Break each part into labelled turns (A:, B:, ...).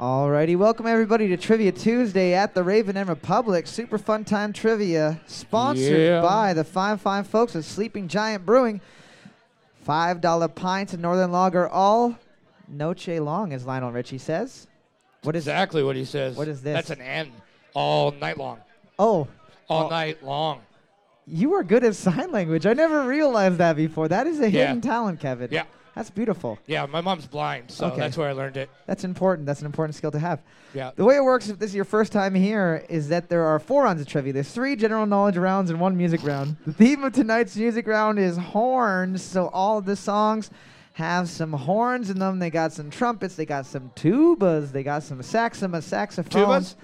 A: Alrighty, welcome everybody to Trivia Tuesday at the Raven and Republic. Super fun time trivia, sponsored
B: Yeah.
A: by the fine, fine folks at Sleeping Giant Brewing. Five dollar pints of Northern Lager, all noche long, as Lionel Richie says. What is
B: exactly what he says.
A: What is this?
B: That's an N. All night long.
A: Oh,
B: All night long.
A: you are good at sign language. I never realized that before. That is a
B: Yeah.
A: hidden talent, Kevin.
B: Yeah.
A: That's beautiful.
B: Yeah, my mom's blind, so
A: Okay.
B: that's where I learned it.
A: That's important. That's an important skill to have.
B: Yeah.
A: The way it works, if this is your first time here, is that there are four rounds of trivia. There's three general knowledge rounds and one music round. The theme of tonight's music round is horns, so all of the songs have some horns in them. They got some trumpets, they got some tubas, they got some saxima, saxophones.
B: Tubas?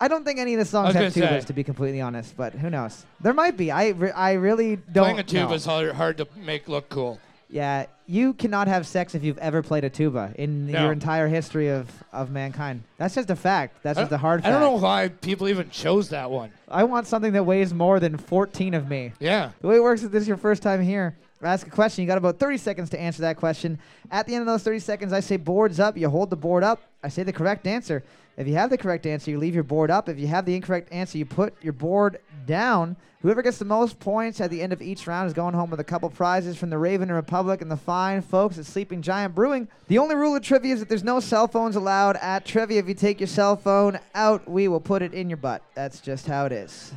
A: I don't think any of the songs
B: was
A: have
B: gonna
A: tubas,
B: say.
A: to be completely honest, but who knows? There might be. I, re- I really don't
B: Playing a tuba
A: know.
B: is hard, hard to make look cool.
A: Yeah, you cannot have sex if you've ever played a tuba in
B: No.
A: your entire history of, of mankind. That's just a fact. That's
B: I
A: just a
B: don't-
A: hard
B: I
A: fact.
B: don't know why people even chose that one.
A: I want something that weighs more than 14 of me.
B: Yeah.
A: The way it works is this is your first time here. I ask a question. You got about 30 seconds to answer that question. At the end of those 30 seconds, I say boards up. You hold the board up. I say the correct answer. If you have the correct answer, you leave your board up. If you have the incorrect answer, you put your board down. Whoever gets the most points at the end of each round is going home with a couple prizes from the Raven and Republic and the fine folks at Sleeping Giant Brewing. The only rule of trivia is that there's no cell phones allowed at trivia. If you take your cell phone out, we will put it in your butt. That's just how it is.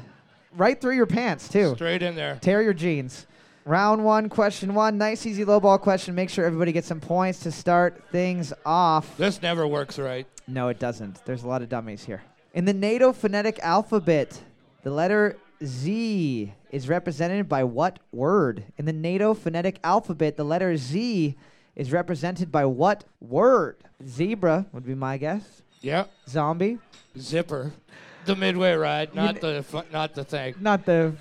A: Right through your pants, too.
B: Straight in there.
A: Tear your jeans. Round one, question one. Nice, easy low ball question. Make sure everybody gets some points to start things off.
B: This never works right.
A: No, it doesn't. There's a lot of dummies here. In the NATO phonetic alphabet, the letter Z is represented by what word? In the NATO phonetic alphabet, the letter Z is represented by what word? Zebra would be my guess.
B: Yeah.
A: Zombie?
B: Zipper. The midway ride, not
A: kn-
B: the fu- not the thing,
A: Not the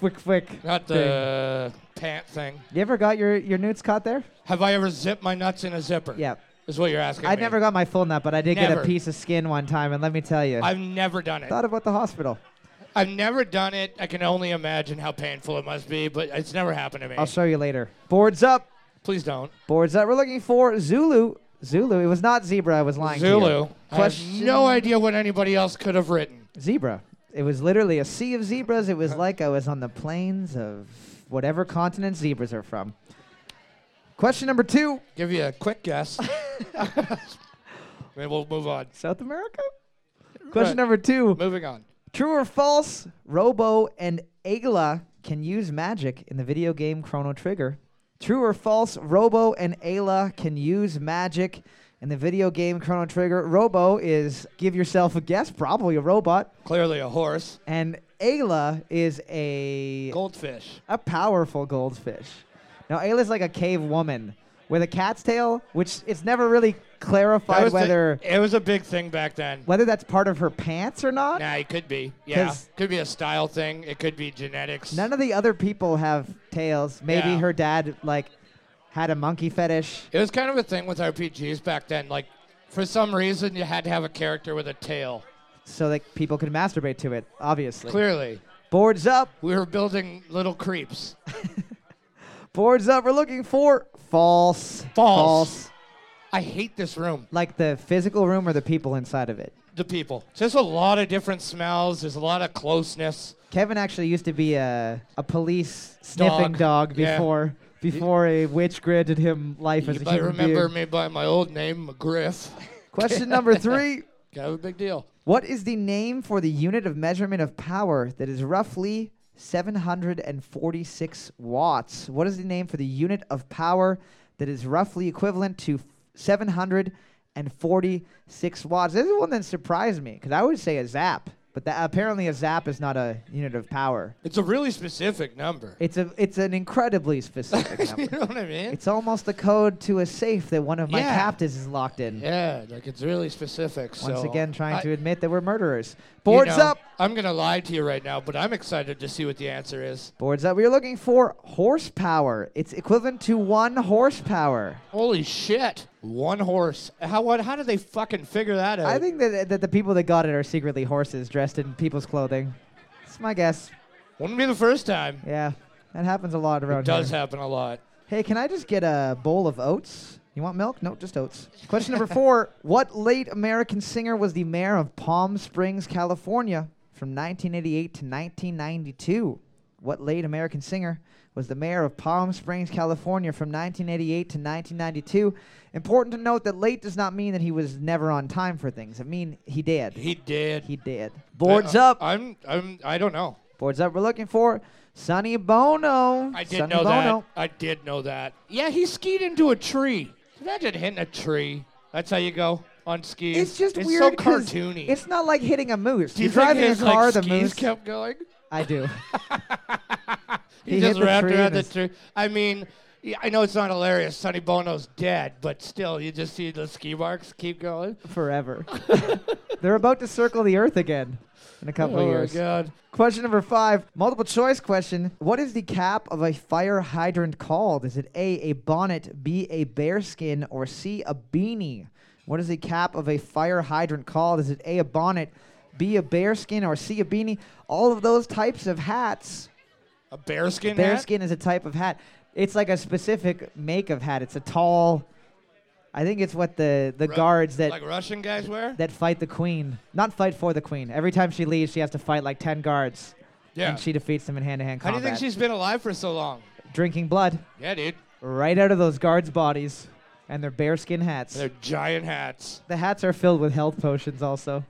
A: flick flick.
B: not the pant thing.
A: You ever got your, your newts caught there?
B: Have I ever zipped my nuts in a zipper?
A: Yeah.
B: Is what you're asking.
A: I
B: me.
A: never got my full nut, but I did get a
B: Never.
A: piece of skin one time, and let me tell you, I
B: I've never done it.
A: thought about the hospital.
B: I've never done it. I can only imagine how painful it must be, but it's never happened to me.
A: I'll show you later. Boards up,
B: Please don't.
A: boards up. We're looking for Zulu. Zulu. It was not zebra. I was lying. to you.
B: Zulu. I have
A: Question-
B: no idea what anybody else could have written.
A: Zebra. It was literally a sea of zebras. It was like I was on the plains of whatever continent zebras are from. Question number two.
B: Give you a quick guess. Then we'll move on.
A: South America. Question
B: Right.
A: number two.
B: Moving on.
A: True or false? Robo and Ayla can use magic in the video game Chrono Trigger. True or false? Robo and Ayla can use magic in the video game Chrono Trigger. Robo is give yourself a guess, probably a robot,
B: Clearly a horse.
A: and Ayla is a
B: Goldfish.
A: a powerful goldfish. Now Ayla's like a cave woman with a cat's tail, which it's never really
B: That
A: clarified
B: was the-
A: whether
B: it was a big thing back then.
A: whether that's part of her pants or not.
B: Nah, it could be. Yeah.
A: 'Cause-
B: Could be a style thing. It could be genetics.
A: None of the other people have tails. Maybe
B: Yeah.
A: her dad like had a monkey fetish.
B: it was kind of a thing with RPGs back then. Like, for some reason, you had to have a character with a tail.
A: so that people could masturbate to it, obviously.
B: Clearly.
A: Boards up,
B: We were building little creeps.
A: boards up. We're looking for false.
B: False.
A: False.
B: I hate this room.
A: Like the physical room or the people inside of it.
B: The people. There's a lot of different smells. There's a lot of closeness.
A: Kevin actually used to be a, a police sniffing dog,
B: Dog. Yeah.
A: before before a witch granted him life as
B: You
A: a
B: might
A: human
B: remember
A: being.
B: me by my old name, McGriff.
A: Question number three.
B: Kind of a big deal.
A: What is the name for the unit of measurement of power that is roughly 746 watts? What is the name for the unit of power that is roughly equivalent to 746 watts? This is one that surprised me because I would say a zap, but that, apparently a zap is not a unit of power.
B: It's a really specific number.
A: It's a it's an incredibly specific
B: you
A: number.
B: know what I mean?
A: It's almost the code to a safe that one of my
B: Yeah.
A: captives is locked in.
B: yeah, like it's really specific.
A: Once
B: so
A: again, trying
B: I-
A: to
B: you
A: admit that we're murderers. Boards
B: know,
A: up.
B: I'm gonna lie to you right now, but I'm excited to see what the answer is.
A: Boards that we are looking for horsepower. It's equivalent to one horsepower.
B: Holy shit! One horse. How what? How did they fucking figure that out?
A: I think that, that the people that got it are secretly horses dressed in people's clothing. It's my guess.
B: wouldn't be the first time.
A: Yeah, that happens a lot around
B: It does
A: here.
B: happen a lot.
A: hey, can I just get a bowl of oats? You want milk? No, just oats. Question number four What late American singer was the mayor of Palm Springs, California from 1988 to 1992? What late American singer was the mayor of Palm Springs, California from 1988 to 1992? Important to note that late does not mean that he was never on time for things. I mean, he did.
B: He did.
A: He did. Boards
B: I-
A: up.
B: Uh, I'm. I'm. I don't know.
A: Boards up. We're looking for Sonny Bono.
B: I did
A: Sonny
B: know
A: Bono.
B: that. I did know that. Yeah, he skied into a tree. Imagine hitting a tree. That's how you go on skis.
A: It's just
B: it's
A: weird.
B: so
A: 'cause
B: cartoony.
A: It's not like hitting a moose.
B: Do
A: You're
B: you think
A: driving a
B: his, like,
A: car, the
B: skis
A: moose.
B: kept going?
A: I do.
B: He,
A: He
B: just
A: hit the
B: wrapped
A: tree
B: around
A: and
B: the
A: his-
B: tree. I mean, yeah, I know it's not hilarious. Sonny Bono's dead, but still, you just see the ski marks keep going.
A: Forever. They're about to circle the Earth again in a couple
B: oh
A: of years.
B: my god!
A: Question number five, multiple choice question. What is the cap of a fire hydrant called? Is it A, a bonnet, B, a bearskin, or C, a beanie? What is the cap of a fire hydrant called? Is it A, a bonnet, B, a bearskin, or C, a beanie? All of those types of hats
B: A bearskin hat.
A: Bearskin is a type of hat. It's like a specific make of hat. It's a tall. I think it's what the the
B: Ru-
A: guards that
B: like Russian guys wear.
A: that fight the queen, not fight for the queen. Every time she leaves, she has to fight like ten guards,
B: yeah.
A: and she defeats them in hand to hand
B: How do
A: combat.
B: you think she's been alive for so long?
A: drinking blood
B: Yeah, dude.
A: right out of those guards' bodies and their bearskin hats?
B: They're giant hats.
A: the hats are filled with health potions, also.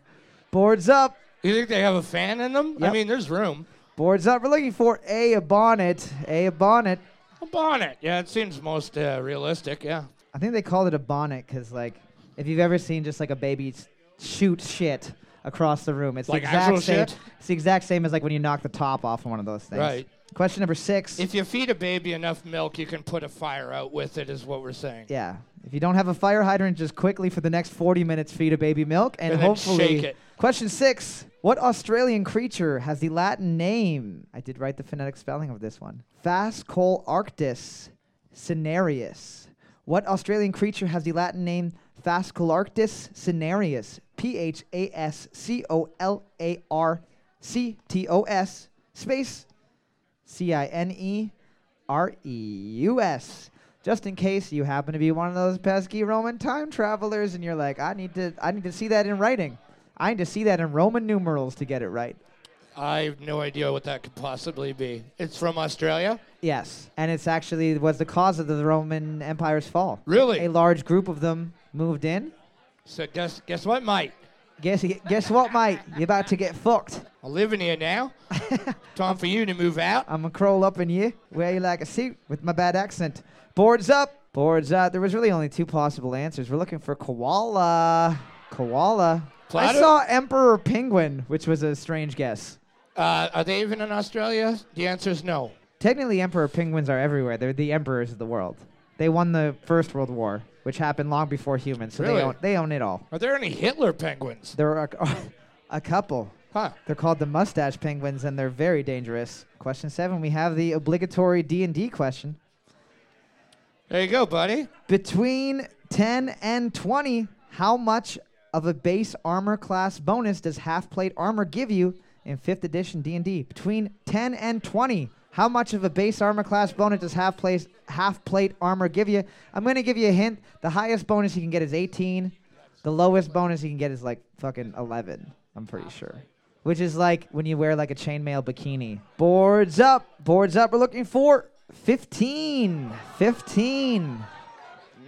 A: Boards up.
B: You think they have a fan in them? I
A: Yep.
B: mean, there's room.
A: Boards up. We're looking for a, a bonnet. A, a bonnet.
B: A bonnet. Yeah, it seems most uh, realistic. Yeah.
A: I think they called it a bonnet because, like, if you've ever seen just like a baby s- shoot shit across the room, it's
B: Like
A: the exact
B: actual
A: same.
B: shit?
A: It's the exact same as like when you knock the top off one of those things.
B: Right.
A: Question number six.
B: If you feed a baby enough milk, you can put a fire out with it, is what we're saying.
A: yeah. If you don't have a fire hydrant, just quickly for the next 40 minutes feed a baby milk and,
B: And then
A: hopefully.
B: shake it.
A: Question six. What Australian creature has the Latin name? I did write the phonetic spelling of this one. Phascolarctis cinereus. What Australian creature has the Latin name Phascolarctis cinereus? P H A S C O L A R C T O S space C I N E R E U S. Just in case you happen to be one of those pesky Roman time travelers and you're like, I need to I need to see that in writing. I need to see that in Roman numerals to get it right.
B: I have no idea what that could possibly be. It's from Australia.
A: Yes. And it's actually was the cause of the Roman Empire's fall.
B: Really?
A: A large group of them moved in.
B: So guess guess what, Mike?
A: Guess guess what, mate? You're about to get fucked.
B: I'm living here now. Time for you to move out.
A: I'm gonna crawl up in you, wear you like a suit with my bad accent. Boards up, boards up. There was really only two possible answers. We're looking for koala, koala. I
B: Plato?
A: saw emperor penguin, which was a strange guess.
B: Uh, are they even in Australia? The answer is no.
A: Technically, emperor penguins are everywhere. They're the emperors of the world. They won the first world war, which happened long before humans, so they
B: Really?
A: own, they own it all.
B: Are there any Hitler penguins?
A: There are a, a couple.
B: Huh.
A: They're called the mustache penguins, and they're very dangerous. Question seven. We have the obligatory D and D question.
B: There you go, buddy.
A: Between 10 and 20, how much of a base armor class bonus does half plate armor give you in 5th edition D&D? Between 10 and 20, how much of a base armor class bonus does half plate half plate armor give you? I'm going to give you a hint. The highest bonus you can get is 18. The lowest bonus you can get is like fucking 11, I'm pretty sure. Which is like when you wear like a chainmail bikini. Boards up, boards up. We're looking for 15. 15.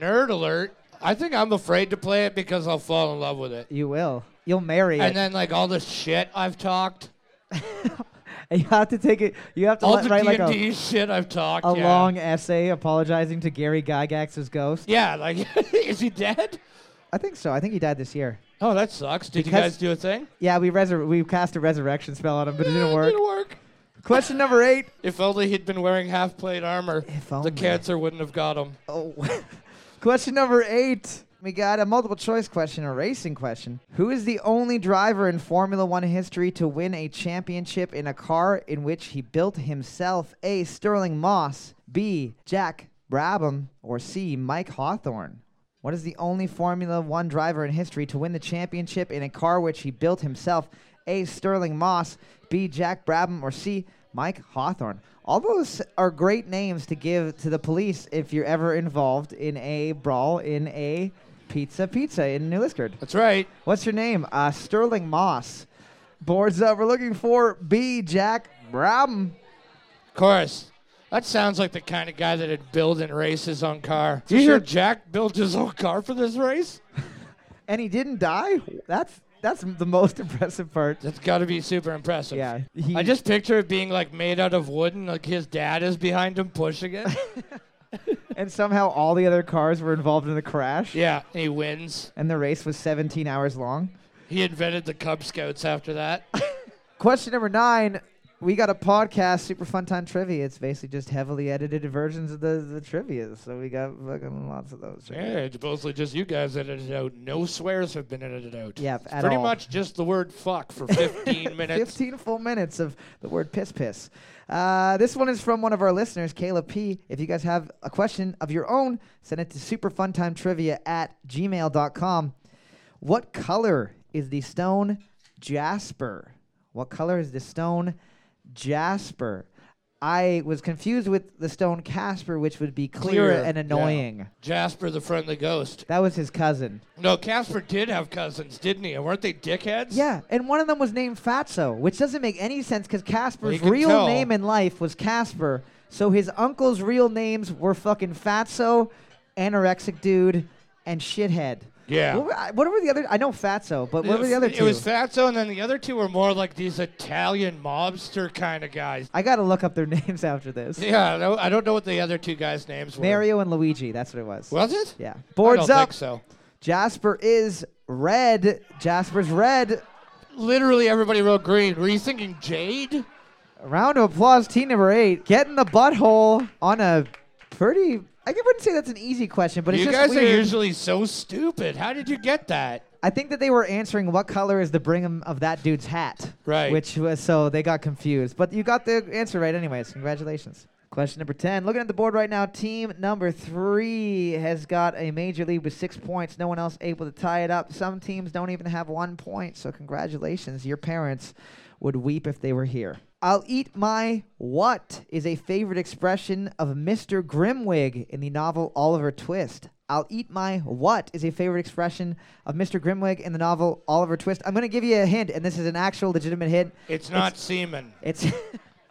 B: Nerd alert. I think I'm afraid to play it because I'll fall in love with it.
A: You will. You'll marry
B: And
A: it.
B: then like all the shit I've talked,
A: And you have to take it. You have to
B: all
A: let,
B: the
A: write
B: D
A: like
B: and
A: a,
B: D shit I've talked.
A: a
B: yeah.
A: long essay apologizing to Gary Gygax's ghost.
B: Yeah, like is he dead?
A: I think so. I think he died this year.
B: Oh, that sucks. Did you
A: Because-
B: guys do a thing?
A: Yeah, we resur- we cast a resurrection spell on him, but it
B: Yeah,
A: didn't work.
B: Didn't work.
A: Question number eight.
B: If only he'd been wearing half plate armor,
A: If
B: the
A: only.
B: cancer wouldn't have got him.
A: Oh. Question number eight. We got a multiple choice question, a racing question. Who is the only driver in Formula One history to win a championship in a car in which he built himself? A. Sterling Moss, B. Jack Brabham, or C. Mike Hawthorne? What is the only Formula One driver in history to win the championship in a car which he built himself? A. Sterling Moss, B. Jack Brabham, or C. Mike Hawthorne. All those are great names to give to the police if you're ever involved in a brawl in a pizza pizza in New Liskeard.
B: That's right.
A: What's your name? Uh, Sterling Moss. Boards up. We're looking for B. Jack Brabham.
B: Of course. That sounds like the kind of guy that'd build and race his own car.
A: You
B: You sure
A: hear-
B: Jack built his own car for this race?
A: And he didn't die. That's that's the most impressive part.
B: That's got to be super impressive.
A: Yeah. He,
B: I just picture it being like made out of wood and like his dad is behind him pushing it.
A: and somehow all the other cars were involved in the crash.
B: yeah, and he wins.
A: And the race was 17 hours long.
B: He invented the Cub Scouts after that.
A: Question number nine. We got a podcast, Super Fun Time Trivia. It's basically just heavily edited versions of the, the trivia. So we got fucking lots of those. right?
B: yeah, it's mostly just you guys edited out. No swears have been edited out.
A: Yep,
B: It's
A: at
B: pretty
A: all.
B: much just the word fuck for 15 minutes.
A: 15 full minutes of the word piss piss. Uh, this one is from one of our listeners, Caleb P. If you guys have a question of your own, send it to superfuntimetrivia at gmail.com. What color is the stone jasper? What color is the stone jasper? I was confused with the stone casper, which would be clear,
B: Clear,
A: and
B: yeah.
A: annoying.
B: Jasper the Friendly Ghost.
A: That was his cousin.
B: No, Casper did have cousins, didn't he? And weren't they dickheads?
A: Yeah, and one of them was named Fatso, which doesn't make any sense because Casper's
B: can
A: real
B: tell.
A: name in life was Casper. So his uncle's real names were fucking Fatso, Anorexic Dude, and Shithead.
B: Yeah.
A: What were, I- what were the other? I know Fatso, but what were the other
B: It
A: two?
B: was Fatso, and then the other two were more like these Italian mobster kind of guys.
A: I gotta look up their names after this.
B: Yeah, I don't, I don't know what the other two guys' names were.
A: Mario and Luigi. That's what it was.
B: Was it?
A: yeah.
B: I
A: Boards
B: don't
A: up.
B: think so.
A: Jasper is red. Jasper's red.
B: Literally everybody wrote green. Were you thinking Jade?
A: A round of applause, team number eight. Getting the butthole on a pretty. I wouldn't say that's an easy question, but it's
B: you
A: just
B: guys
A: weird.
B: are usually so stupid. How did you get that?
A: I think that they were answering what color is the brim of that dude's hat.
B: Right.
A: Which was so they got confused. But you got the answer right anyways. Congratulations. Question number 10. Looking at the board right now, team number three has got a major lead with six points. No one else able to tie it up. Some teams don't even have one point. So, congratulations. Your parents would weep if they were here. I'll eat my what is a favorite expression of Mr. Grimwig in the novel Oliver Twist. I'll eat my what is a favorite expression of Mr. Grimwig in the novel Oliver Twist. I'm going to give you a hint, and this is an actual legitimate hint.
B: It's not semen.
A: It's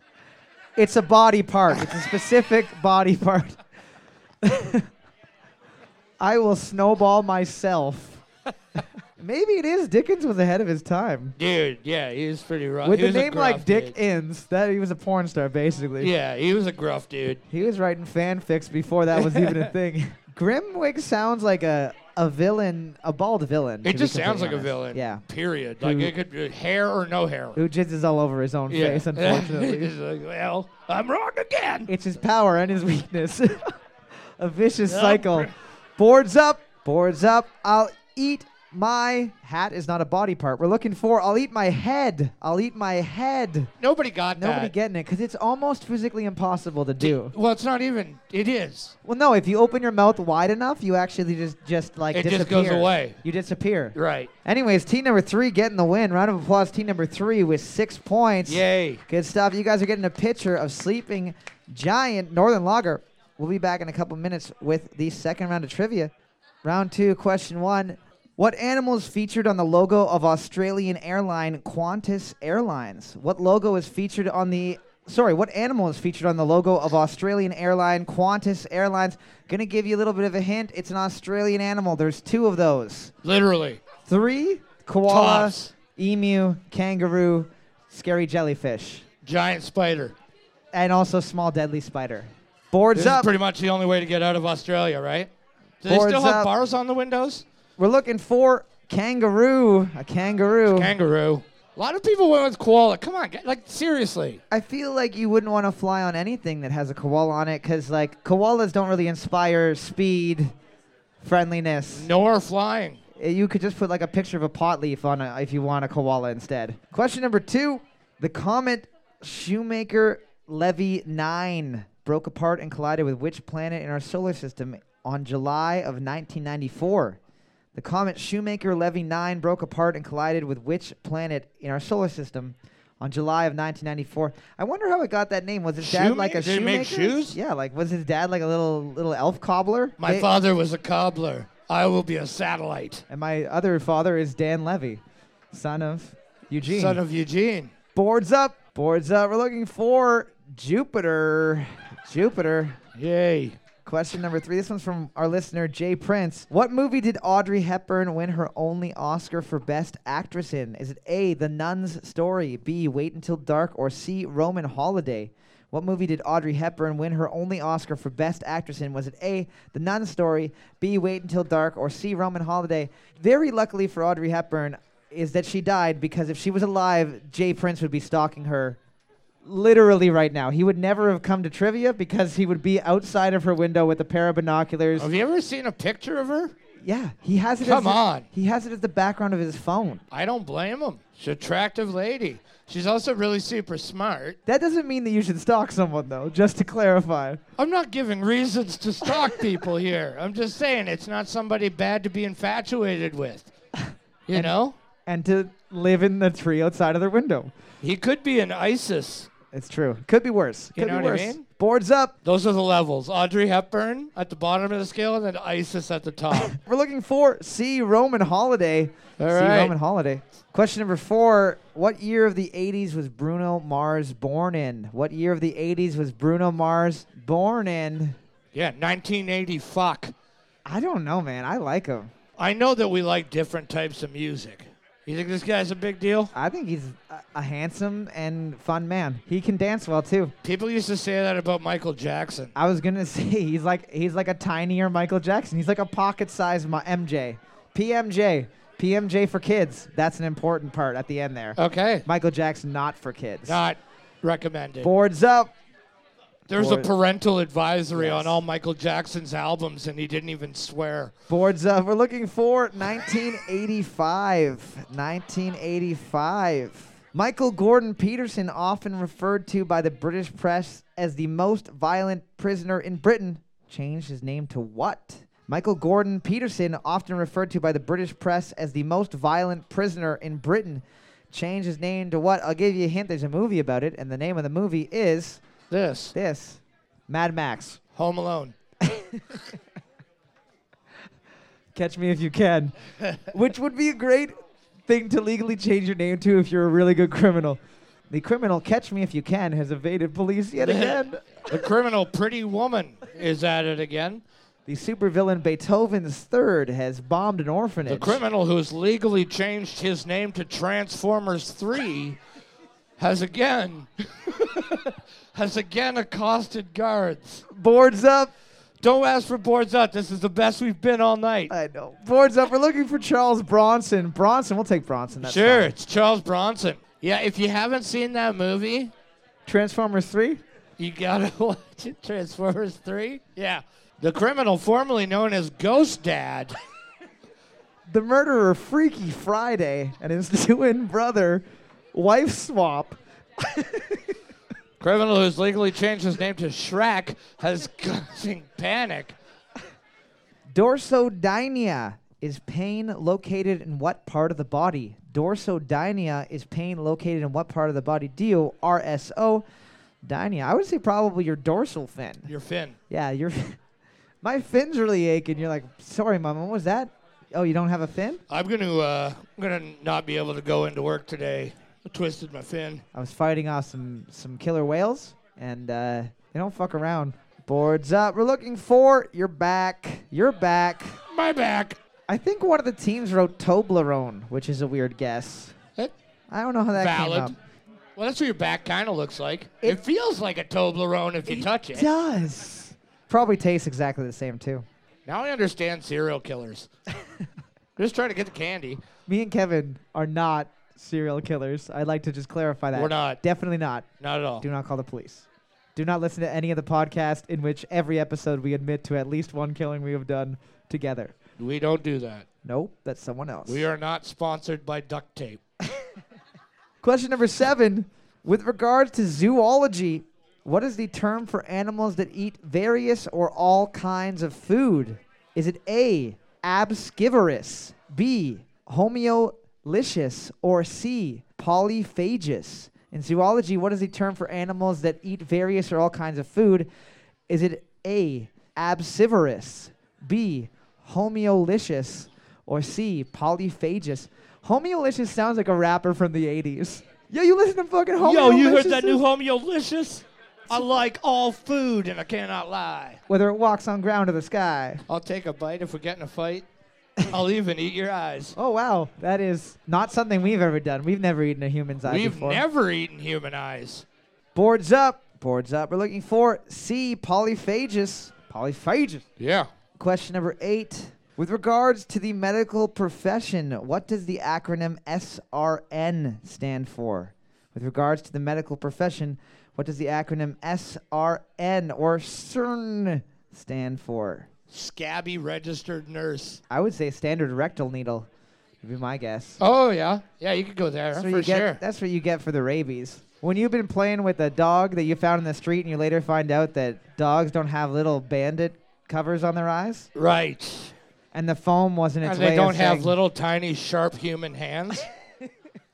A: it's a body part. It's a specific body part. I will snowball myself. Maybe it is. Dickens was ahead of his time.
B: Dude, yeah, he was pretty rough.
A: With
B: Uh,
A: a
B: he was
A: name like
B: gruff
A: Dick
B: dude.
A: Inns, that he was a porn star basically.
B: Yeah, he was a gruff dude.
A: He was writing fanfics before that was even a thing. Grimwig sounds like a a villain, a bald villain. to
B: It
A: be
B: just sounds like
A: completely
B: a
A: honest.
B: villain.
A: Yeah.
B: Period. Like,
A: Who-
B: it could be hair or no hair.
A: Who jizzes all over his own
B: yeah.
A: face, unfortunately.
B: He's like, well, I'm wrong again.
A: It's his power and his weakness. a vicious
B: Yeah.
A: cycle. Boards up, boards up. I'll eat my hat is not a body part. We're looking for I'll eat my head. I'll eat my head.
B: Nobody got that.
A: Nobody getting it because it's almost physically impossible to do.
B: Well, it's not even. It is.
A: Well, no, if you open your mouth wide enough, you actually just just like
B: It
A: disappear.
B: just goes away.
A: You disappear.
B: Right.
A: Anyways, team number three getting the win. Round of applause, team number three with six points.
B: Yay.
A: Good stuff. You guys are getting a picture of sleeping giant Northern Lager. We'll be back in a couple minutes with the second round of trivia. Round two, question one. What animal is featured on the logo of Australian airline Qantas Airlines? What logo is featured on the sorry, what animal is featured on the logo of Australian airline Qantas Airlines? Gonna give you a little bit of a hint. It's an Australian animal. There's two of those.
B: Literally.
A: Three koala,
B: Tops.
A: emu, kangaroo, scary jellyfish
B: Giant spider.
A: and also small deadly spider. Boards
B: This
A: up.
B: is pretty much the only way to get out of Australia, right? Do they
A: Boards
B: still have
A: up.
B: bars on the windows?
A: We're looking for kangaroo. A kangaroo.
B: Kangaroo. A lot of people went with koala. Come on, get, like seriously.
A: I feel like you wouldn't want to fly on anything that has a koala on it because, like, koalas don't really inspire speed, friendliness.
B: Nor flying.
A: Uh, You could just put like a picture of a pot leaf on a, if you want a koala instead. Question number two: The comet Shoemaker Levy Nine broke apart and collided with which planet in our solar system on July of 1994? The comet Shoemaker Levy Nine broke apart and collided with which planet in our solar system? On July of 1994, I wonder how it got that name. Was his dad like a
B: Shoemaker? Did he
A: shoemaker?
B: make shoes?
A: Yeah, like was his dad like a little little elf cobbler?
B: My
A: They-
B: father was a cobbler. I will be a satellite.
A: and my other father is Dan Levy, son of Eugene.
B: Son of Eugene.
A: boards up, boards up. We're looking for Jupiter. Jupiter.
B: Yay.
A: Question number three. This one's from our listener Jay Prince. What movie did Audrey Hepburn win her only Oscar for Best Actress in? Is it A. The Nun's Story, B. Wait Until Dark, or C. Roman Holiday? What movie did Audrey Hepburn win her only Oscar for Best Actress in? Was it A. The Nun's Story, B. Wait Until Dark, or C. Roman Holiday? Very luckily for Audrey Hepburn is that she died because if she was alive, Jay Prince would be stalking her literally right now. He would never have come to trivia because he would be outside of her window with a pair of binoculars.
B: Have you ever seen a picture of her?
A: Yeah, he has it. as
B: Come
A: the-
B: on.
A: he has it as the background of his phone.
B: I don't blame him. She's an attractive lady. She's also really super smart.
A: That doesn't mean that you should stalk someone though. Just to clarify.
B: I'm not giving reasons to stalk people here. I'm just saying it's not somebody bad to be infatuated with. You know?
A: And to live in the tree outside of their window.
B: He could be an ISIS.
A: It's true. Could be worse.
B: You
A: Could
B: know
A: be
B: what I
A: worse.
B: mean?
A: Boards up.
B: Those are the levels. Audrey Hepburn at the bottom of the scale and then ISIS at the top.
A: We're looking for C. Roman Holiday.
B: All
A: C.
B: right.
A: Roman Holiday. Question number four. What year of the 80s was Bruno Mars born in? What year of the 80s was Bruno Mars born in?
B: yeah, 1980 fuck.
A: I don't know, man. I like him.
B: I know that we like different types of music. You think this guy's a big deal?
A: I think he's a, a handsome and fun man. He can dance well too.
B: People used to say that about Michael Jackson.
A: I was gonna say he's like he's like a tinier Michael Jackson. He's like a pocket-sized Mi- MJ, PMJ, PMJ for kids. That's an important part at the end there.
B: Okay.
A: Michael Jackson not for kids.
B: Not recommended.
A: Boards up.
B: There's a
A: Boy.
B: parental advisory
A: Yes.
B: on all Michael Jackson's albums, and he didn't even swear.
A: Boards up. We're looking for 1985. 1985. Michael Gordon Peterson, often referred to by the British press as the most violent prisoner in Britain, changed his name to what? Michael Gordon Peterson, often referred to by the British press as the most violent prisoner in Britain, changed his name to what? I'll give you a hint. There's a movie about it, and the name of the movie is
B: This
A: this Mad Max.
B: Home Alone.
A: Catch me if you can. Which would be a great thing to legally change your name to if you're a really good criminal. The criminal Catch Me If You Can has evaded police yet again.
B: The criminal Pretty Woman is at it again.
A: the supervillain Beethoven's Third has bombed an orphanage.
B: The criminal who's legally changed his name to Transformers 3 has again has again accosted guards.
A: Boards up.
B: Don't ask for boards up. This is the best we've been all night.
A: I know. Boards up. We're looking for Charles Bronson. Bronson. We'll take Bronson. That's
B: Sure,
A: fine.
B: it's Charles Bronson. Yeah, if you haven't seen that movie,
A: Transformers 3.
B: You gotta watch it. Transformers 3? Yeah. The criminal formerly known as Ghost Dad.
A: The murderer Freaky Friday and his twin brother, wife swap.
B: criminal who's legally changed his name to Shrek has causing panic.
A: Dorsodynia is pain located in what part of the body? Dorsodynia is pain located in what part of the body? D O R S O dynia. I would say probably your dorsal fin.
B: Your fin.
A: Yeah, your my fin's really aching. You're like, sorry, mom, what was that? Oh, you don't have a fin?
B: I'm gonna uh I'm gonna not be able to go into work today. I twisted my fin.
A: I was fighting off some some killer whales, and uh, they don't fuck around. Boards up. We're looking for your back. Your back.
B: My back.
A: I think one of the teams wrote Toblerone, which is a weird guess.
B: That
A: I don't know how that came up.
B: valid. Well that's what your back kinda looks like. It, feels like a Toblerone if you touch it.
A: does. Probably tastes exactly the same too.
B: Now I understand serial killers. Just trying to get the candy.
A: Me and Kevin are not serial killers. I'd like to just clarify that.
B: We're not.
A: Definitely not.
B: Not at all.
A: Do not call the police. Do not listen to any of the podcast in which every episode we admit to at least one killing we have done together.
B: We don't do that.
A: Nope, that's someone else.
B: We are not sponsored by duct tape.
A: Question number seven. With regards to zoology, what is the term for animals that eat various or all kinds of food? Is it A, abscivorous, B, homeolicious, or C, polyphagous? In zoology, what is the term for animals that eat various or all kinds of food? Is it A, abscivorous, B, homeolicious, or C, polyphagous? Homeolicious sounds like a rapper from the 80s. Yo, you listen to fucking homeolicious?
B: Yo, you heard that new homeolicious? I like all food and I cannot lie.
A: Whether it walks on ground or the sky.
B: I'll take a bite if we get in a fight. I'll even eat your eyes.
A: Oh wow, that is not something we've ever done. We've never eaten a human's eye
B: We've
A: before.
B: never eaten human eyes.
A: Boards up, boards up. We're looking for C. Polyphagus. Polyphagus.
B: Yeah.
A: Question number eight. With regards to the medical profession, what does the acronym SRN stand for? With regards to the medical profession, what does the acronym SRN or CERN stand for?
B: Scabby registered nurse.
A: I would say standard rectal needle would be my guess.
B: Oh yeah, yeah, you could go there
A: That's
B: for
A: what you
B: sure.
A: get. That's what you get for the rabies. When you've been playing with a dog that you found in the street, and you later find out that dogs don't have little bandit covers on their eyes,
B: right.
A: and the foam wasn't its
B: And
A: way
B: they don't
A: of
B: have
A: saying-
B: little tiny sharp human hands.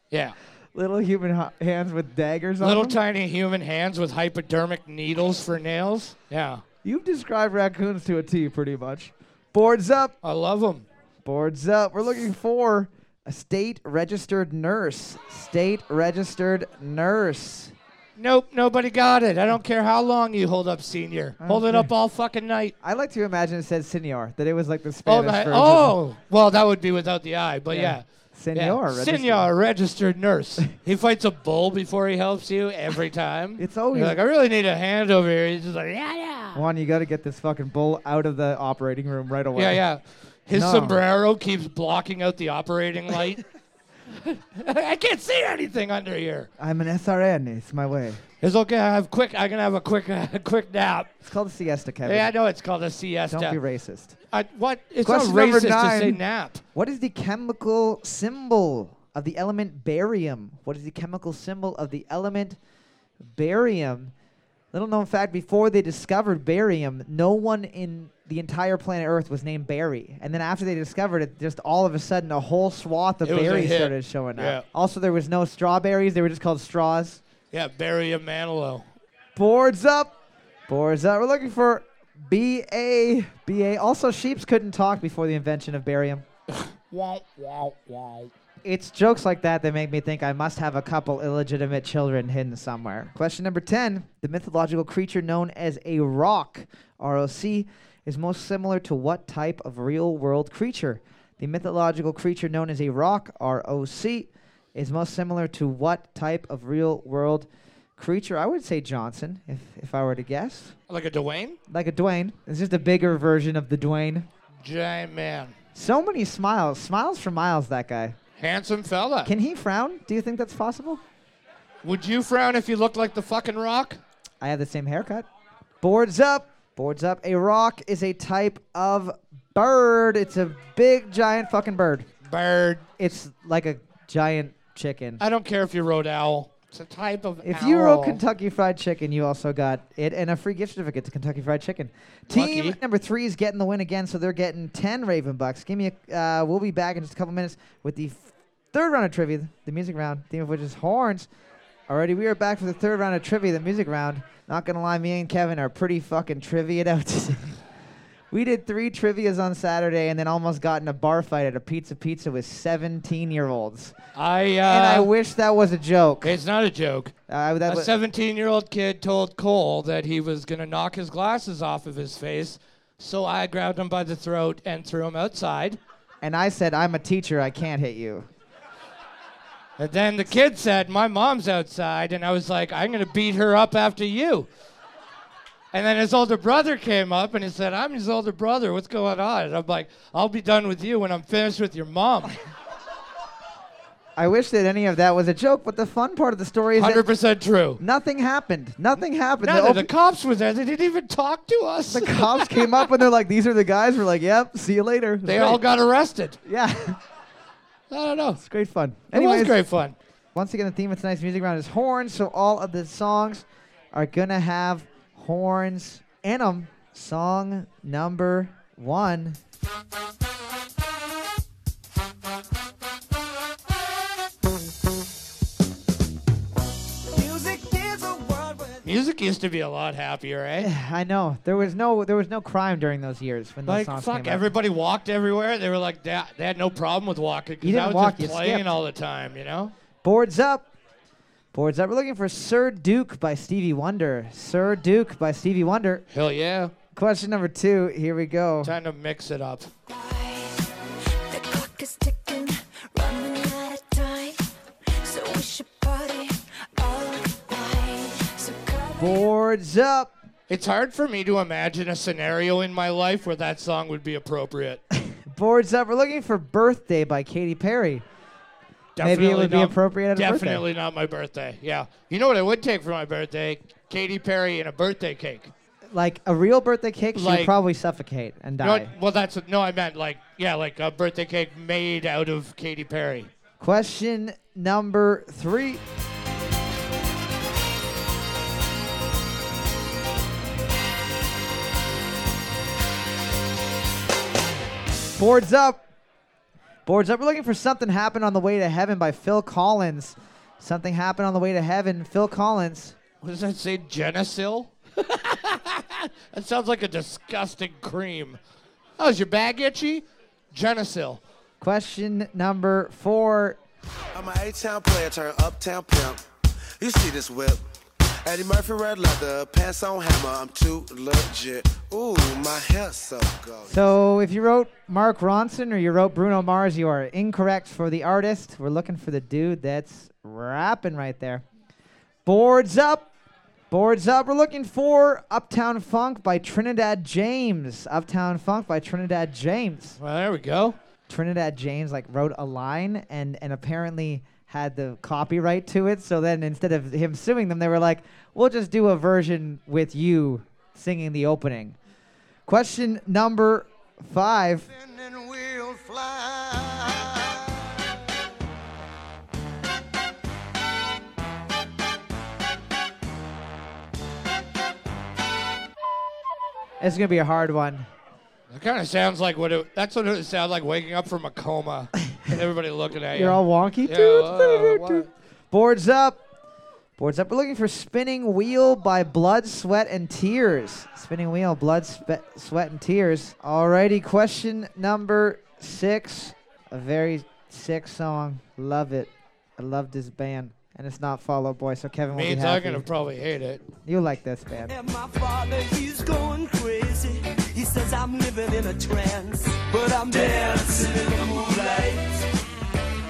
B: yeah.
A: little human ho- hands with daggers
B: Little
A: on them.
B: tiny human hands with hypodermic needles for nails. Yeah.
A: you've described raccoons to a T, pretty much. Boards up.
B: I love them.
A: Boards up. We're looking for a state registered nurse. State registered nurse.
B: Nope, nobody got it. I don't care how long you hold up senior. Hold it up all fucking night.
A: I like to imagine it said senior, that it was like the
B: Oh,
A: Spanish
B: my,
A: version.
B: oh, well, that would be without the eye, but yeah. yeah.
A: Senor. registered.
B: Senor, registered nurse. he fights a bull before he helps you every time.
A: It's
B: You're
A: always-
B: like, I really need a hand over here. He's just like, yeah, yeah.
A: Juan, you got to get this fucking bull out of the operating room right away.
B: Yeah, yeah. His
A: No.
B: sombrero keeps blocking out the operating light. I can't see anything under here.
A: I'm an SRN. It's my way.
B: It's okay. I have quick. I can have a quick, a quick nap.
A: It's called a siesta, Kevin.
B: Yeah, I know it's called a siesta.
A: Don't be racist.
B: I- what? It's
A: Question
B: not
A: number
B: racist to say
A: nine.
B: nap.
A: What is the chemical symbol of the element barium? What is the chemical symbol of the element barium? Little known fact before they discovered barium, no one in the entire planet Earth was named Barry. And then after they discovered it, just all of a sudden a whole swath of
B: It was a
A: berries
B: hit.
A: started showing up.
B: Yeah.
A: Also, there was no strawberries, they were just called straws.
B: Yeah, bury a Manilow.
A: Boards up. Boards up. We're looking for BA. BA. Also, sheeps couldn't talk before the invention of barium.
B: Wow, wow, wow.
A: It's jokes like that that make me think I must have a couple illegitimate children hidden somewhere. Question number 10. The mythological creature known as a rock, ROC, is most similar to what type of real world creature? The mythological creature known as a rock, ROC, is most similar to what type of real world creature? I would say Johnson, if, if I were to guess.
B: Like a Dwayne?
A: Like a Dwayne. It's just a bigger version of the Dwayne.
B: Giant man.
A: So many smiles. Smiles for miles, that guy.
B: Handsome fella.
A: Can he frown? Do you think that's possible?
B: Would you frown if you looked like the fucking rock?
A: I have the same haircut. Boards up. Boards up. A rock is a type of bird. It's a big, giant fucking bird.
B: Bird.
A: It's like a giant chicken.
B: I don't care if you rode owl. It's a type of
A: if you wrote
B: owl.
A: Kentucky Fried Chicken, you also got it and a free gift certificate to Kentucky Fried Chicken. Team
B: Lucky.
A: number three is getting the win again, so they're getting 10 Raven Bucks. Give me a. Uh, we'll be back in just a couple minutes with the f- third round of trivia, the music round, theme of which is horns. Alrighty, we are back for the third round of trivia, the music round. Not gonna lie, me and Kevin are pretty fucking trivia out today. We did three trivias on Saturday and then almost got in a bar fight at a pizza pizza with 17 year olds.
B: I, uh,
A: and I wish that was a joke.
B: It's not a joke.
A: Uh, that
B: A
A: wa-
B: 17 year old kid told Cole that he was going to knock his glasses off of his face, so I grabbed him by the throat and threw him outside.
A: And I said, I'm a teacher, I can't hit you.
B: And then the kid said, My mom's outside. And I was like, I'm going to beat her up after you. And then his older brother came up and he said, I'm his older brother. What's going on? And I'm like, I'll be done with you when I'm finished with your mom.
A: I wish that any of that was a joke, but the fun part of the story is that
B: 100% true.
A: nothing happened. Nothing happened.
B: Now
A: the,
B: that the cops were there, they didn't even talk to us.
A: op- the cops came up and they're like, "These are the guys." We're like, "Yep, see you later." It's
B: they
A: great.
B: all got arrested.
A: yeah.
B: I don't know.
A: It's great fun.
B: it
A: Anyways,
B: was great fun.
A: once again, the theme of tonight's music round is horns, so all of the songs are gonna have horns in 'em. Song number one.
B: Music used to be a lot happier, eh?
A: I know there was no there was no crime during those years when those
B: Like
A: songs
B: fuck,
A: came out.
B: everybody walked everywhere. They were like that. They had no problem with walking
A: You
B: because I
A: didn't
B: was
A: walk, you
B: just playing
A: skipped.
B: all the time, you know.
A: Boards up. Boards up. We're looking for Sir Duke by Stevie Wonder. Sir Duke by Stevie Wonder.
B: Hell yeah!
A: Question number two. Here we go.
B: Time to mix it up.
C: Guys, the clock is ticking, running out of time. So we should party all night. So come
A: Boards up.
B: It's hard for me to imagine a scenario in my life where that song would be appropriate.
A: Boards up. We're looking for Birthday by Katy Perry.
B: Definitely
A: Maybe it would be
B: not-
A: appropriate at a birthday.
B: Definitely not my birthday. Yeah. You know what I would take for my birthday? Katy Perry and a birthday cake.
A: Like a real birthday cake, she would
B: Like-
A: probably suffocate and
B: You know
A: die.
B: what- well, that's no. I meant like yeah, like a birthday cake made out of Katy Perry.
A: Question number three. Boards up. Boards up. We're looking for Something Happened on the Way to Heaven by Phil Collins. Something Happened on the Way to Heaven, Phil Collins.
B: What does that say? Genesil? that sounds like a disgusting cream. Oh, is your bag itchy? Genesil.
A: Question number four.
D: I'm an A-town player turned uptown pimp. You see this whip. Eddie Murphy red leather, pants on hammer. I'm too legit. Ooh, my hair so gold.
A: So if you wrote Mark Ronson or you wrote Bruno Mars, you are incorrect for the artist. We're looking for the dude that's rapping right there. Boards up. Boards up. We're looking for Uptown Funk by Trinidad James. Uptown Funk by Trinidad James.
B: Well, there we go.
A: Trinidad James like wrote a line and and apparently had the copyright to it. So then instead of him suing them, they were like, "We'll just do a version with you singing the opening." Question number 5.
D: And we'll fly.
A: It's going to be a hard one.
B: That kind of sounds like what it. That's what it sounds like waking up from a coma. and everybody looking at you.
A: You're all wonky.
B: Yeah,
A: Dude,
B: uh, what?
A: Boards up. Boards up. We're looking for Spinning Wheel by Blood, Sweat, and Tears. Spinning Wheel, Blood, spe- Sweat, and Tears. Alrighty, question number six. A very sick song. Love it. I love this band. And it's not Follow Boy, so Kevin will
B: Me
A: be
B: and
A: happy.
B: talking to probably hate it.
A: You like this band.
E: And my father, he's going crazy. He says I'm living in a trance, but I'm dancing in the moonlight.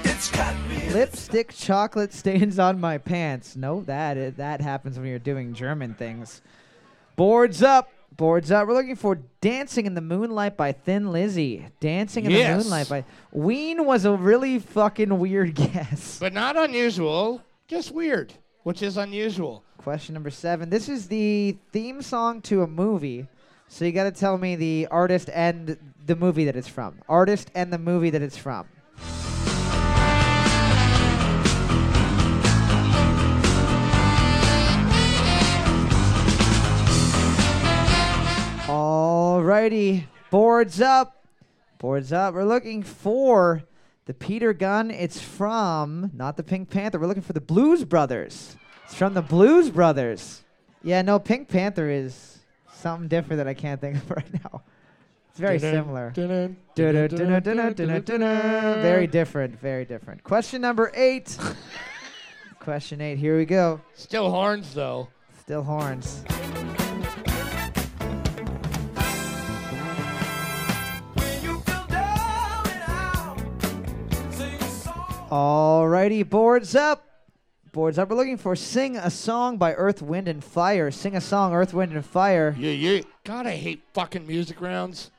E: It's got me.
A: Lipstick chocolate stains on my pants. No, that i- that happens when you're doing German things. Boards up, boards up. We're looking for "Dancing in the Moonlight" by Thin Lizzy. "Dancing in
B: Yes.
A: the Moonlight" by Ween was a really fucking weird guess.
B: But not unusual. Just weird, which is unusual.
A: Question number seven. This is the theme song to a movie, so you got to tell me the artist and the movie that it's from. Artist and the movie that it's from. Alrighty, boards up, boards up. We're looking for the Peter Gunn. It's from not the Pink Panther. We're looking for the Blues Brothers. It's from the Blues Brothers. Yeah, no, Pink Panther is something different that I can't think of right now. It's very
B: Dun-dun,
A: similar.
B: dun-dun,
A: Dunno,
B: dun-dun,
A: dunno, dunno,
B: dun-dun,
A: dunno,
B: dun-dun,
A: dunno.
B: dun-dun.
A: Very different, very different. Question number eight. Question eight. Here we go.
B: Still horns though.
A: Still horns.
E: You feel down and out. Sing a song.
A: Alrighty, boards up. Boards up. We're looking for "Sing a Song" by Earth, Wind, and Fire. Sing a song, Earth, Wind, and Fire.
B: Yeah, yeah. God, I hate fucking music rounds.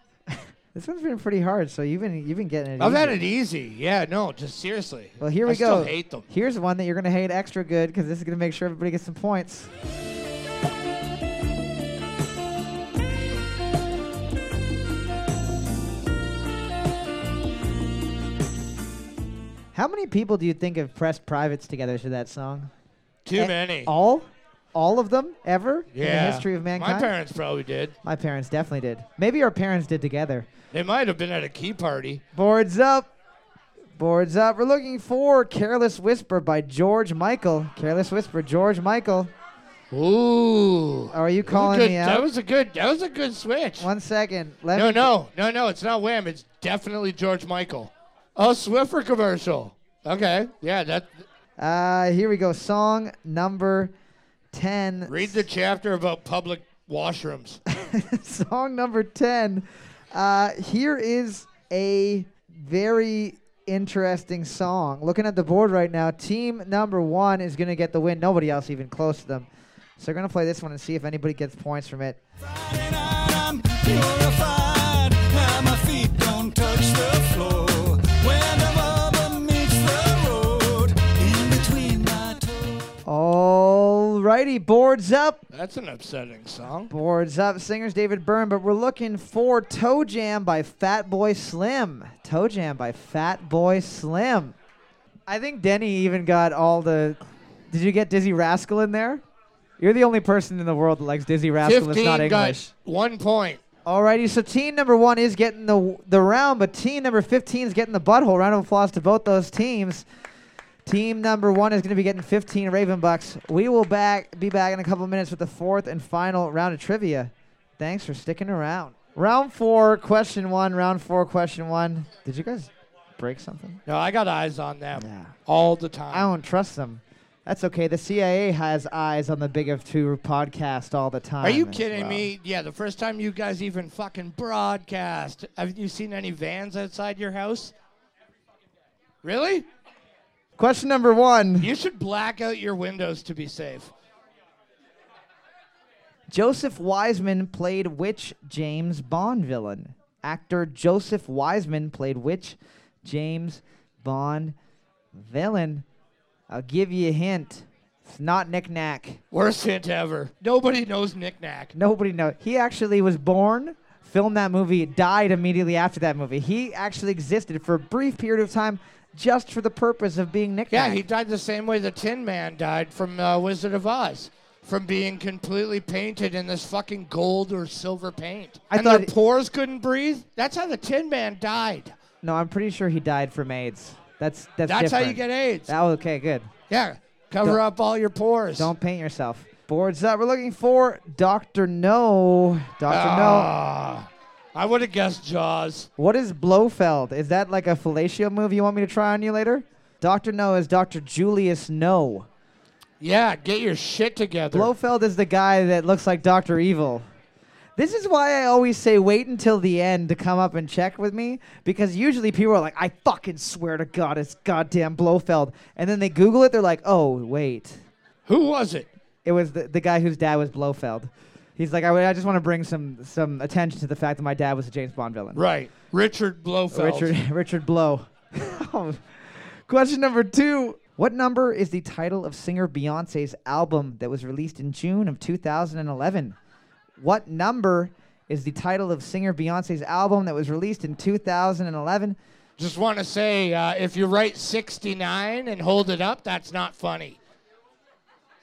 A: This one's been pretty hard, so you've been you've been getting it.
B: I've
A: easy.
B: had it easy. Yeah, no, just seriously.
A: Well, here
B: I
A: we go.
B: still hate them.
A: Here's one that you're gonna hate extra good because this is gonna make sure everybody gets some points. How many people do you think have pressed privates together to that song?
B: Too
A: Eh,
B: many.
A: All? All of them ever in
B: yeah.
A: the history of mankind?
B: My parents probably did.
A: My parents definitely did. Maybe our parents did together.
B: They might have been at a key party.
A: Boards up. Boards up. We're looking for Careless Whisper by George Michael. Careless Whisper, George Michael.
B: Ooh.
A: Are you
B: That was a
A: calling
B: good-
A: me
B: That
A: out?
B: was a good. That was a good switch.
A: One second. Let
B: No,
A: me,
B: no, no, no. It's not Wham. It's definitely George Michael. Oh, Swiffer commercial. Okay. Yeah. That.
A: Uh, here we go. Song number 10.
B: Read the chapter about public washrooms.
A: Song number 10. Uh, here is a very interesting song. Looking at the board right now, team number one is going to get the win. Nobody else even close to them. So they're going to play this one and see if anybody gets points from it.
F: Friday night, I'm purified. Now my feet don't touch the floor. When the rubber meets the road, in between my toes.
A: Alrighty, boards up.
B: That's an upsetting song.
A: Boards up. Singers David Byrne, but we're looking for Toe Jam by Fat Boy Slim. Toe Jam by Fat Boy Slim. I think Denny even got all the. Did you get Dizzy Rascal in there? You're the only person in the world that likes Dizzy Rascal that's not
B: Fifteen
A: English.
B: got one point.
A: Alrighty, so team number one is getting the the round, but team number 15 is getting the butthole. Round of applause to both those teams. Team number one is going to be getting 15 Raven Bucks. We will back be back in a couple minutes with the fourth and final round of trivia. Thanks for sticking around. Round four, question one. Round four, question one. Did you guys break something?
B: No, I got eyes on them
A: Yeah.
B: all the
A: I
B: time.
A: don't trust them. That's okay. The CIA has eyes on the Big of Two podcast all the time.
B: Are you
A: as
B: kidding
A: well.
B: me? Yeah, the first time you guys even fucking broadcast. Have you seen any vans outside your house? Really?
A: Question number one.
B: You should black out your windows to be safe.
A: Joseph Wiseman played which James Bond villain? Actor Joseph Wiseman played which James Bond villain? I'll give you a hint. It's not Nick Knack.
B: Worst hint ever. Nobody knows Knick Knack.
A: Nobody knows. He actually was born, filmed that movie, died immediately after that movie. He actually existed for a brief period of time just for the purpose of being Nick
B: Yeah,
A: Knack.
B: he died the same way the Tin Man died from uh, Wizard of Oz, from being completely painted in this fucking gold or silver paint.
A: I
B: and their
A: thought-
B: pores couldn't breathe. That's how the Tin Man died.
A: no, I'm pretty sure he died from AIDS. That's that's
B: That's how you
A: different.
B: get AIDS.
A: That was okay, good.
B: yeah, cover
A: Don't-
B: up all your pores.
A: Don't paint yourself. Boards up. We're looking for Dr. No. Dr. No.
B: Ah, I would have guessed Jaws.
A: What is Blofeld? Is that like a fellatio move you want me to try on you later? Dr. No is Dr. Julius No.
B: Yeah, get your shit together.
A: Blofeld is the guy that looks like Dr. Evil. This is why I always say wait until the end to come up and check with me because usually people are like, I fucking swear to God, it's goddamn Blofeld. And then they Google it, they're like, oh, wait.
B: Who was it?
A: It was the, the guy whose dad was Blofeld. He's like, I, w- I just want to bring some some attention to the fact that my dad was a James Bond villain.
B: Right, Richard Blofeld.
A: Richard Richard Blow. Oh. Question number two. What number is the title of singer Beyonce's album that was released in June of 2011? What number is the title of singer Beyonce's album that was released in 2011?
B: Just want to say, uh, if you write 69 and hold it up, that's not funny.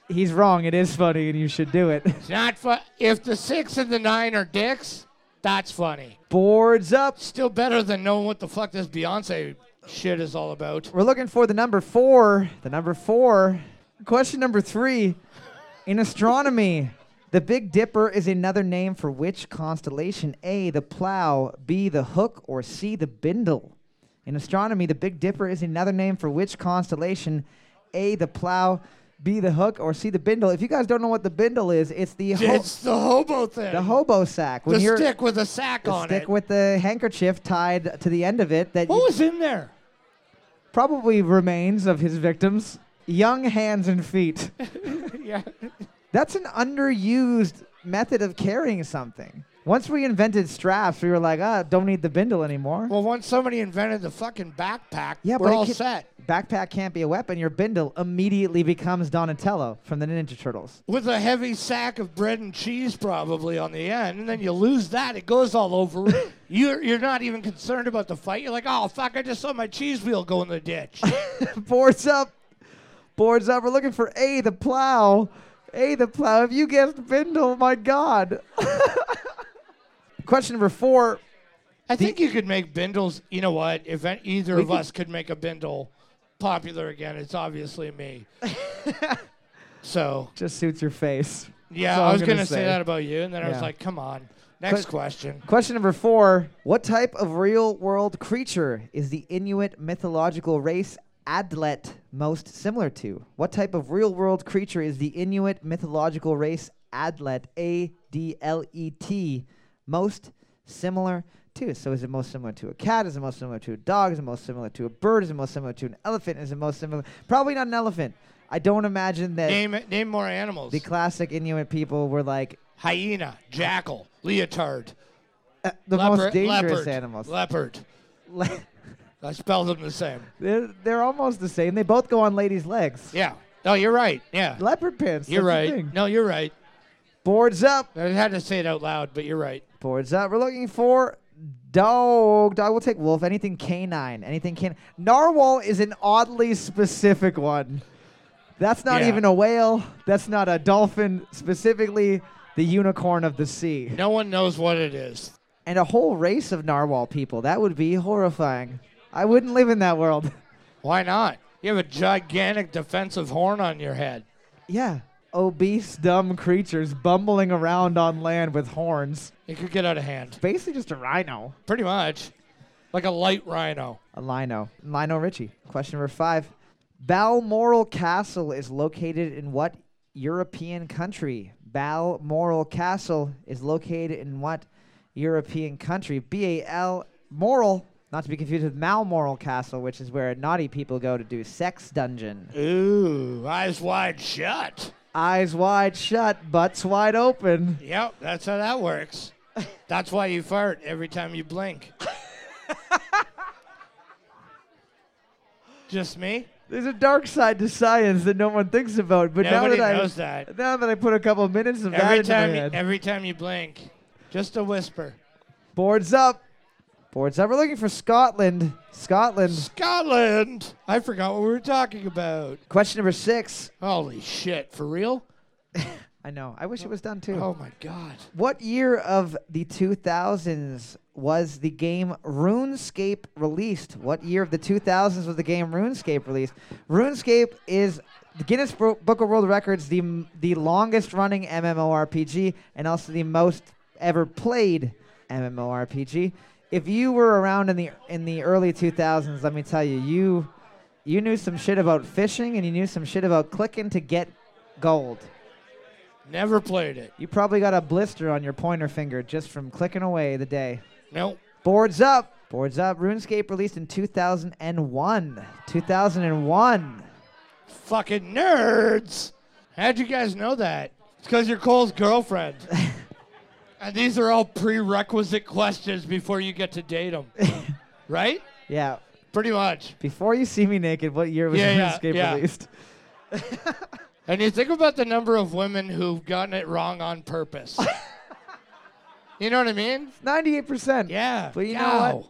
A: He's wrong. It is funny, and you should do it.
B: It's not fun. If the six and the nine are dicks, that's funny.
A: Boards up.
B: Still better than knowing what the fuck this Beyonce shit is all about.
A: We're looking for the number four. The number four. Question number three. In astronomy, the Big Dipper is another name for which constellation? A, the plow, B, the hook, or C, the bindle? In astronomy, the Big Dipper is another name for which constellation? A, the plow, B, the hook, or C, the bindle? If you guys don't know what the bindle is, it's the, ho-
B: It's the hobo thing.
A: the hobo sack.
B: The
A: you're-
B: stick with a sack
A: the
B: on
A: stick
B: it.
A: with the handkerchief tied to the end of it that you
B: what was in there?
A: probably remains of his victims, young hands and feet.
B: Yeah.
A: That's an underused method of carrying something. Once we invented straps, we were like, ah, don't need the bindle anymore.
B: Well, once somebody invented the fucking backpack,
A: Yeah,
B: we're
A: but it
B: all
A: can-
B: set.
A: Backpack can't be a weapon. Your bindle immediately becomes Donatello from the Ninja Turtles.
B: With a heavy sack of bread and cheese probably on the end, and then you lose that, it goes all over. you're you're not even concerned about the fight. You're like, oh fuck, I just saw my cheese wheel go in the ditch.
A: Boards up. Boards up. We're looking for A, the plow. A, the plow. If you guessed bindle, my God. Question number four.
B: I think you could make bindles. You know what? If an- either of us could make a bindle popular again, it's obviously me. so
A: Just suits your face.
B: yeah,
A: That's all
B: I
A: I'm
B: was
A: gonna
B: gonna, say.
A: say.
B: that about you, and then I was
A: Yeah.
B: like, come on. Next question.
A: Question number four. What type of real world creature is the Inuit mythological race Adlet most similar to? What type of real world creature is the Inuit mythological race Adlet, A D L E T, most similar to? So is it most similar to a cat? Is it most similar to a dog? Is it most similar to a bird? Is it most similar to an elephant? Is it most similar? Probably not an elephant. I don't imagine that
B: Name it- name more animals.
A: the classic Inuit people were like
B: Hyena, jackal, leotard,
A: uh, the
B: leopard,
A: most dangerous
B: leopard,
A: animals.
B: Leopard.
A: Le-
B: I spelled them the same.
A: They're, they're almost the same. They both go on ladies' legs.
B: Yeah. No, you're right. Yeah.
A: Leopard pants.
B: You're
A: that's the
B: right.
A: thing.
B: No, you're right.
A: Boards up.
B: I had to say it out loud, but you're right.
A: Boards up. We're looking for dog. Dog will take wolf. Anything canine. Anything can. Narwhal is an oddly specific one. That's not
B: Yeah.
A: even a whale. That's not a dolphin. Specifically, the unicorn of the sea.
B: No one knows what it is.
A: And a whole race of narwhal people. That would be horrifying. I wouldn't live in that world.
B: Why not? You have a gigantic defensive horn on your head.
A: yeah. Obese, dumb creatures bumbling around on land with horns.
B: It could get out of hand.
A: basically just a rhino.
B: Pretty much. Like a light rhino.
A: A lino. Lino Richie. Question number five. Balmoral Castle is located in what European country? Balmoral Castle is located in what European country? B A L Moral, not to be confused with Malmoral Castle, which is where naughty people go to do sex dungeon.
B: Ooh, eyes wide shut.
A: Eyes wide shut, butts wide open.
B: Yep, that's how that works. That's why you fart every time you blink. Just me?
A: There's a dark side to science that no one thinks about, but
B: Nobody
A: now that
B: knows
A: I
B: that.
A: now that I put a couple of minutes of
B: Every
A: that in my
B: time, you,
A: head.
B: every time you blink, just a whisper.
A: Boards up. Boards up. We're looking for Scotland. Scotland.
B: Scotland. I forgot what we were talking about.
A: Question number six.
B: Holy shit! For real?
A: I know. I wish it was done too.
B: Oh my god.
A: What year of the 2000s was the game RuneScape released? What year of the 2000s was the game RuneScape released? RuneScape is the Guinness Bro- Book of World Records the m- the longest running MMORPG and also the most ever played MMORPG. If you were around in the in the early 2000s, let me tell you, you you knew some shit about fishing and you knew some shit about clicking to get gold.
B: Never played it.
A: You probably got a blister on your pointer finger just from clicking away the day.
B: Nope.
A: Boards up. Boards up. RuneScape released in 2001. 2001.
B: Fucking nerds. How'd you guys know that? It's because you're Cole's girlfriend. and these are all prerequisite questions before you get to date them, right?
A: Yeah.
B: Pretty much.
A: Before you see me naked, what year was
B: Yeah, yeah,
A: RuneScape
B: yeah.
A: released?
B: And you think about the number of women who've gotten it wrong on purpose. you know what I mean?
A: 98%.
B: Yeah.
A: But you know what?
B: Ow.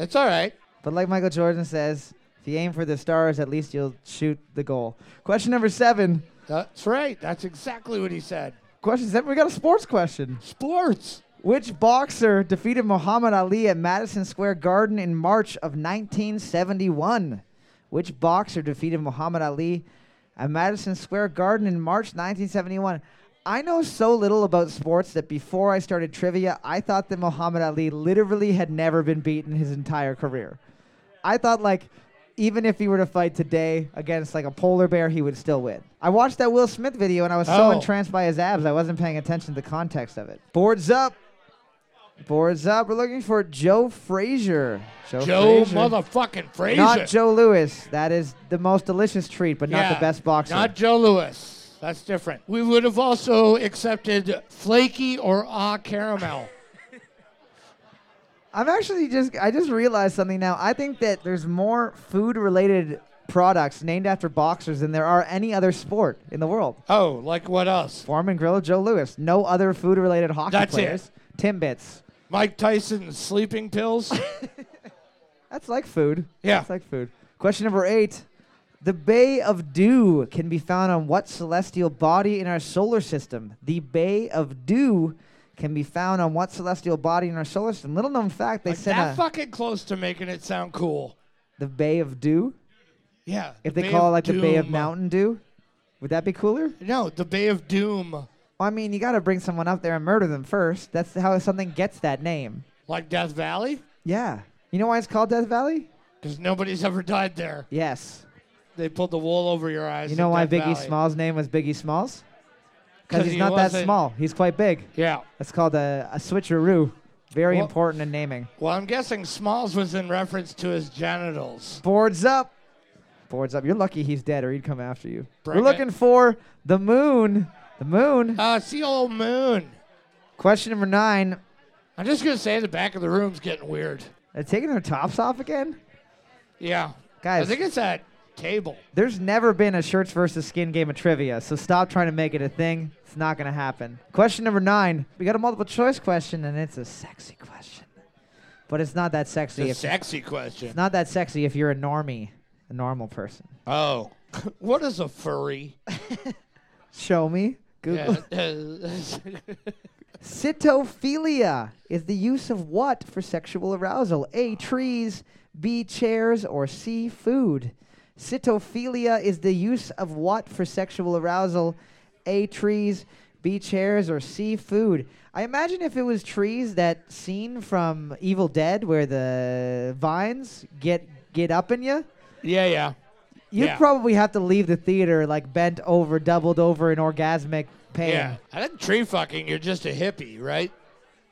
B: It's all right.
A: But like Michael Jordan says, if you aim for the stars, at least you'll shoot the goal. Question number seven.
B: That's right. That's exactly what he said.
A: Question seven. We got a sports question.
B: Sports.
A: Which boxer defeated Muhammad Ali at Madison Square Garden in March of 1971? Which boxer defeated Muhammad Ali at Madison Square Garden in March 1971? I know so little about sports that before I started trivia, I thought that Muhammad Ali literally had never been beaten his entire career. I thought like even if he were to fight today against like a polar bear, he would still win. I watched that Will Smith video and I was so
B: Oh.
A: entranced by his abs, I wasn't paying attention to the context of it. Boards up. Boards up. We're looking for Joe Frazier.
B: Joe
A: Frazier.
B: motherfucking Frazier.
A: Not Joe Lewis. That is the most delicious treat, but not
B: Yeah.
A: the best boxer.
B: Not Joe Lewis. That's different. We would have also accepted flaky or ah caramel.
A: I'm actually just I just realized something now. I think that there's more food related products named after boxers than there are any other sport in the world.
B: Oh, like what else?
A: Foreman Grillo, Joe Lewis. No other food related hockey
B: That's it.
A: players. Timbits.
B: Mike Tyson's sleeping pills?
A: That's like food.
B: Yeah.
A: That's like food. Question number eight. The Bay of Dew can be found on what celestial body in our solar system? The Bay of Dew can be found on what celestial body in our solar system? Little known fact, they
B: Like
A: sent
B: that
A: a,
B: fucking close to making it sound cool.
A: the Bay of Dew.
B: Yeah.
A: If
B: the
A: they
B: Bay
A: call it
B: of
A: like the Bay of
B: Doom.
A: Mountain Dew, would that be cooler?
B: No, the Bay of Doom,
A: Well, I mean, you got to bring someone up there and murder them first. That's how something gets that name.
B: like Death Valley,
A: Yeah. You know why it's called Death Valley?
B: because nobody's ever died there.
A: Yes.
B: They pulled the wool over your eyes.
A: you
B: at
A: know why
B: Death
A: Biggie
B: Valley.
A: Smalls' name was Biggie Smalls? Because
B: 'Cause
A: he's
B: he
A: not that
B: wasn't-
A: small. He's quite big.
B: Yeah.
A: That's called a, a switcheroo. Very
B: Well-
A: important in naming.
B: Well, I'm guessing Smalls was in reference to his genitals.
A: Boards up. Boards up. You're lucky he's dead, or he'd come after you.
B: Bring it.
A: We're looking for the moon. The moon.
B: Uh, it's the old moon.
A: Question number nine.
B: I'm just gonna say the back of the room's getting weird.
A: They're taking their tops off again?
B: Yeah. I
A: Guys.
B: think it's that table.
A: There's never been a shirts versus skin game of trivia, so stop trying to make it a thing. It's not going to happen. Question number nine. We got a multiple choice question, and it's a sexy question. But it's not that sexy.
B: It's a
A: If,
B: sexy question.
A: it's not that sexy if you're a normie, a normal person.
B: Oh. what is a furry?
A: Show me. Google.
B: Yeah.
A: Sitophilia is the use of what for sexual arousal? A. Trees, B. Chairs, or C. Food. Sitophilia is the use of what for sexual arousal? A. Trees, B. Chairs, or C. Food. I imagine if it was trees, that scene from Evil Dead where the vines get get up in you,
B: yeah, yeah.
A: you'd
B: Yeah.
A: probably have to leave the theater like bent over, doubled over in orgasmic pain.
B: Yeah. I think tree fucking, you're just a hippie, right?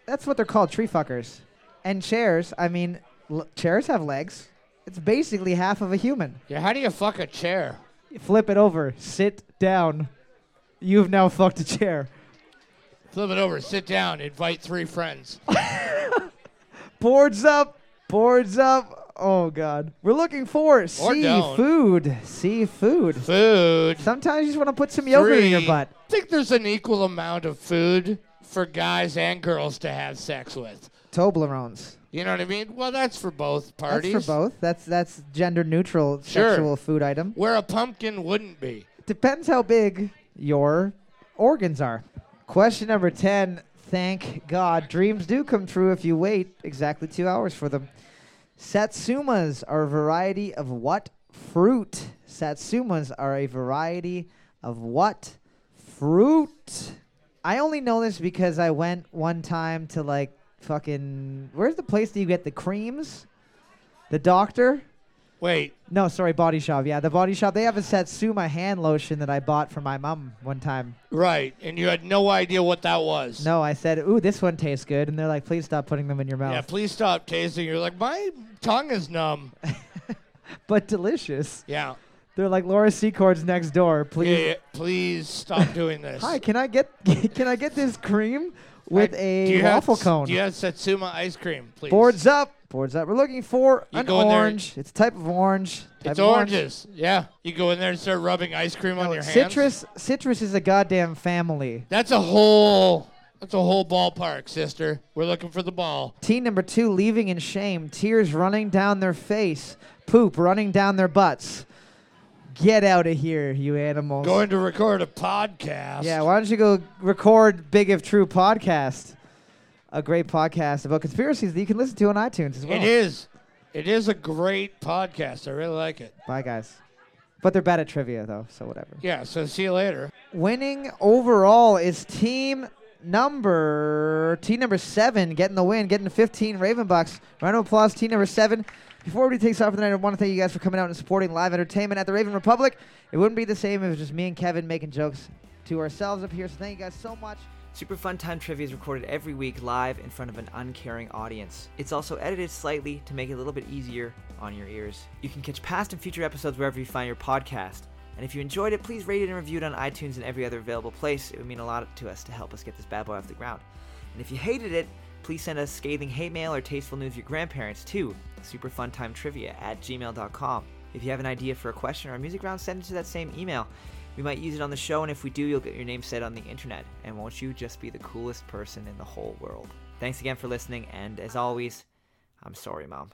A: That's what they're called, tree fuckers. And chairs, I mean, l- chairs have legs. It's basically half of a human.
B: Yeah, how do you fuck a chair?
A: You flip it over, sit down. You've now fucked a chair.
B: Flip it over, sit down, invite three friends.
A: Boards up, boards up. Oh God, we're looking for
B: Or don't.
A: seafood. Seafood.
B: Food.
A: Sometimes you just want to put some yogurt in your
B: Three.
A: butt.
B: I think there's an equal amount of food for guys and girls to have sex with.
A: Toblerones.
B: You know what I mean? Well, that's for both parties.
A: That's for both. That's that's gender neutral
B: Sure.
A: sexual food item.
B: Where a pumpkin wouldn't be.
A: Depends how big your organs are. Question number 10. Thank God. Dreams do come true if you wait exactly two hours for them. Satsumas are a variety of what fruit? Satsumas are a variety of what fruit? I only know this because I went one time to like fucking. Where's the place that you get the creams? The doctor?
B: Wait,
A: No, sorry, Body Shop. Yeah, the Body Shop. They have a Satsuma hand lotion that I bought for my mom one time.
B: right. And you had no idea what that was.
A: No, I said, "Ooh, this one tastes good," and they're like, "Please stop putting them in your mouth."
B: Yeah, please stop tasting. You're like, my tongue is numb.
A: But delicious.
B: yeah.
A: They're like Laura Secord's next door.
B: Yeah,
A: Please.
B: yeah, Please stop doing this.
A: Hi, can I get can I get this cream with
B: I- do
A: a
B: you have
A: waffle
B: s-
A: cone?
B: Do you have Satsuma ice cream, please?
A: Boards up. Boards up. We're looking for
B: You
A: an
B: go in there-
A: orange. It's a type of orange. Type
B: It's
A: of orange.
B: oranges. Yeah. You go in there and start rubbing ice cream on your hands.
A: Citrus. Citrus is a goddamn family.
B: That's a whole. That's a whole ballpark, sister. We're looking for the ball.
A: Team number two leaving in shame, tears running down their face, poop running down their butts. Get out of here, you animals.
B: Going to record a podcast.
A: yeah, why don't you go record Big If True podcast? A great podcast about conspiracies that you can listen to on iTunes as well.
B: it is. It is a great podcast. I really like it.
A: Bye, guys. But they're bad at trivia, though, so whatever.
B: Yeah. So see you later.
A: Winning overall is team number team number seven getting the win, getting the 15 Raven Bucks. Round of applause, team number seven. Before everybody takes off for the night, I want to thank you guys for coming out and supporting live entertainment at the Raven Republic. It wouldn't be the same if it was just me and Kevin making jokes to ourselves up here. So thank you guys so much.
G: Super Fun Time Trivia is recorded every week live in front of an uncaring audience. It's also edited slightly to make it a little bit easier on your ears. You can catch past and future episodes wherever you find your podcast.
A: And if you enjoyed it, please rate it and review it on iTunes and every other available place. It would mean a lot to us to help us get this bad boy off the ground. And if you hated it, please send us scathing hate mail or tasteful news of your grandparents too. Superfuntimetrivia at gmail.com. If you have an idea for a question or a music round, send it to that same email. We might use it on the show, and if we do, you'll get your name said on the internet. And won't you just be the coolest person in the whole world? Thanks again for listening, and as always, I'm sorry, Mom.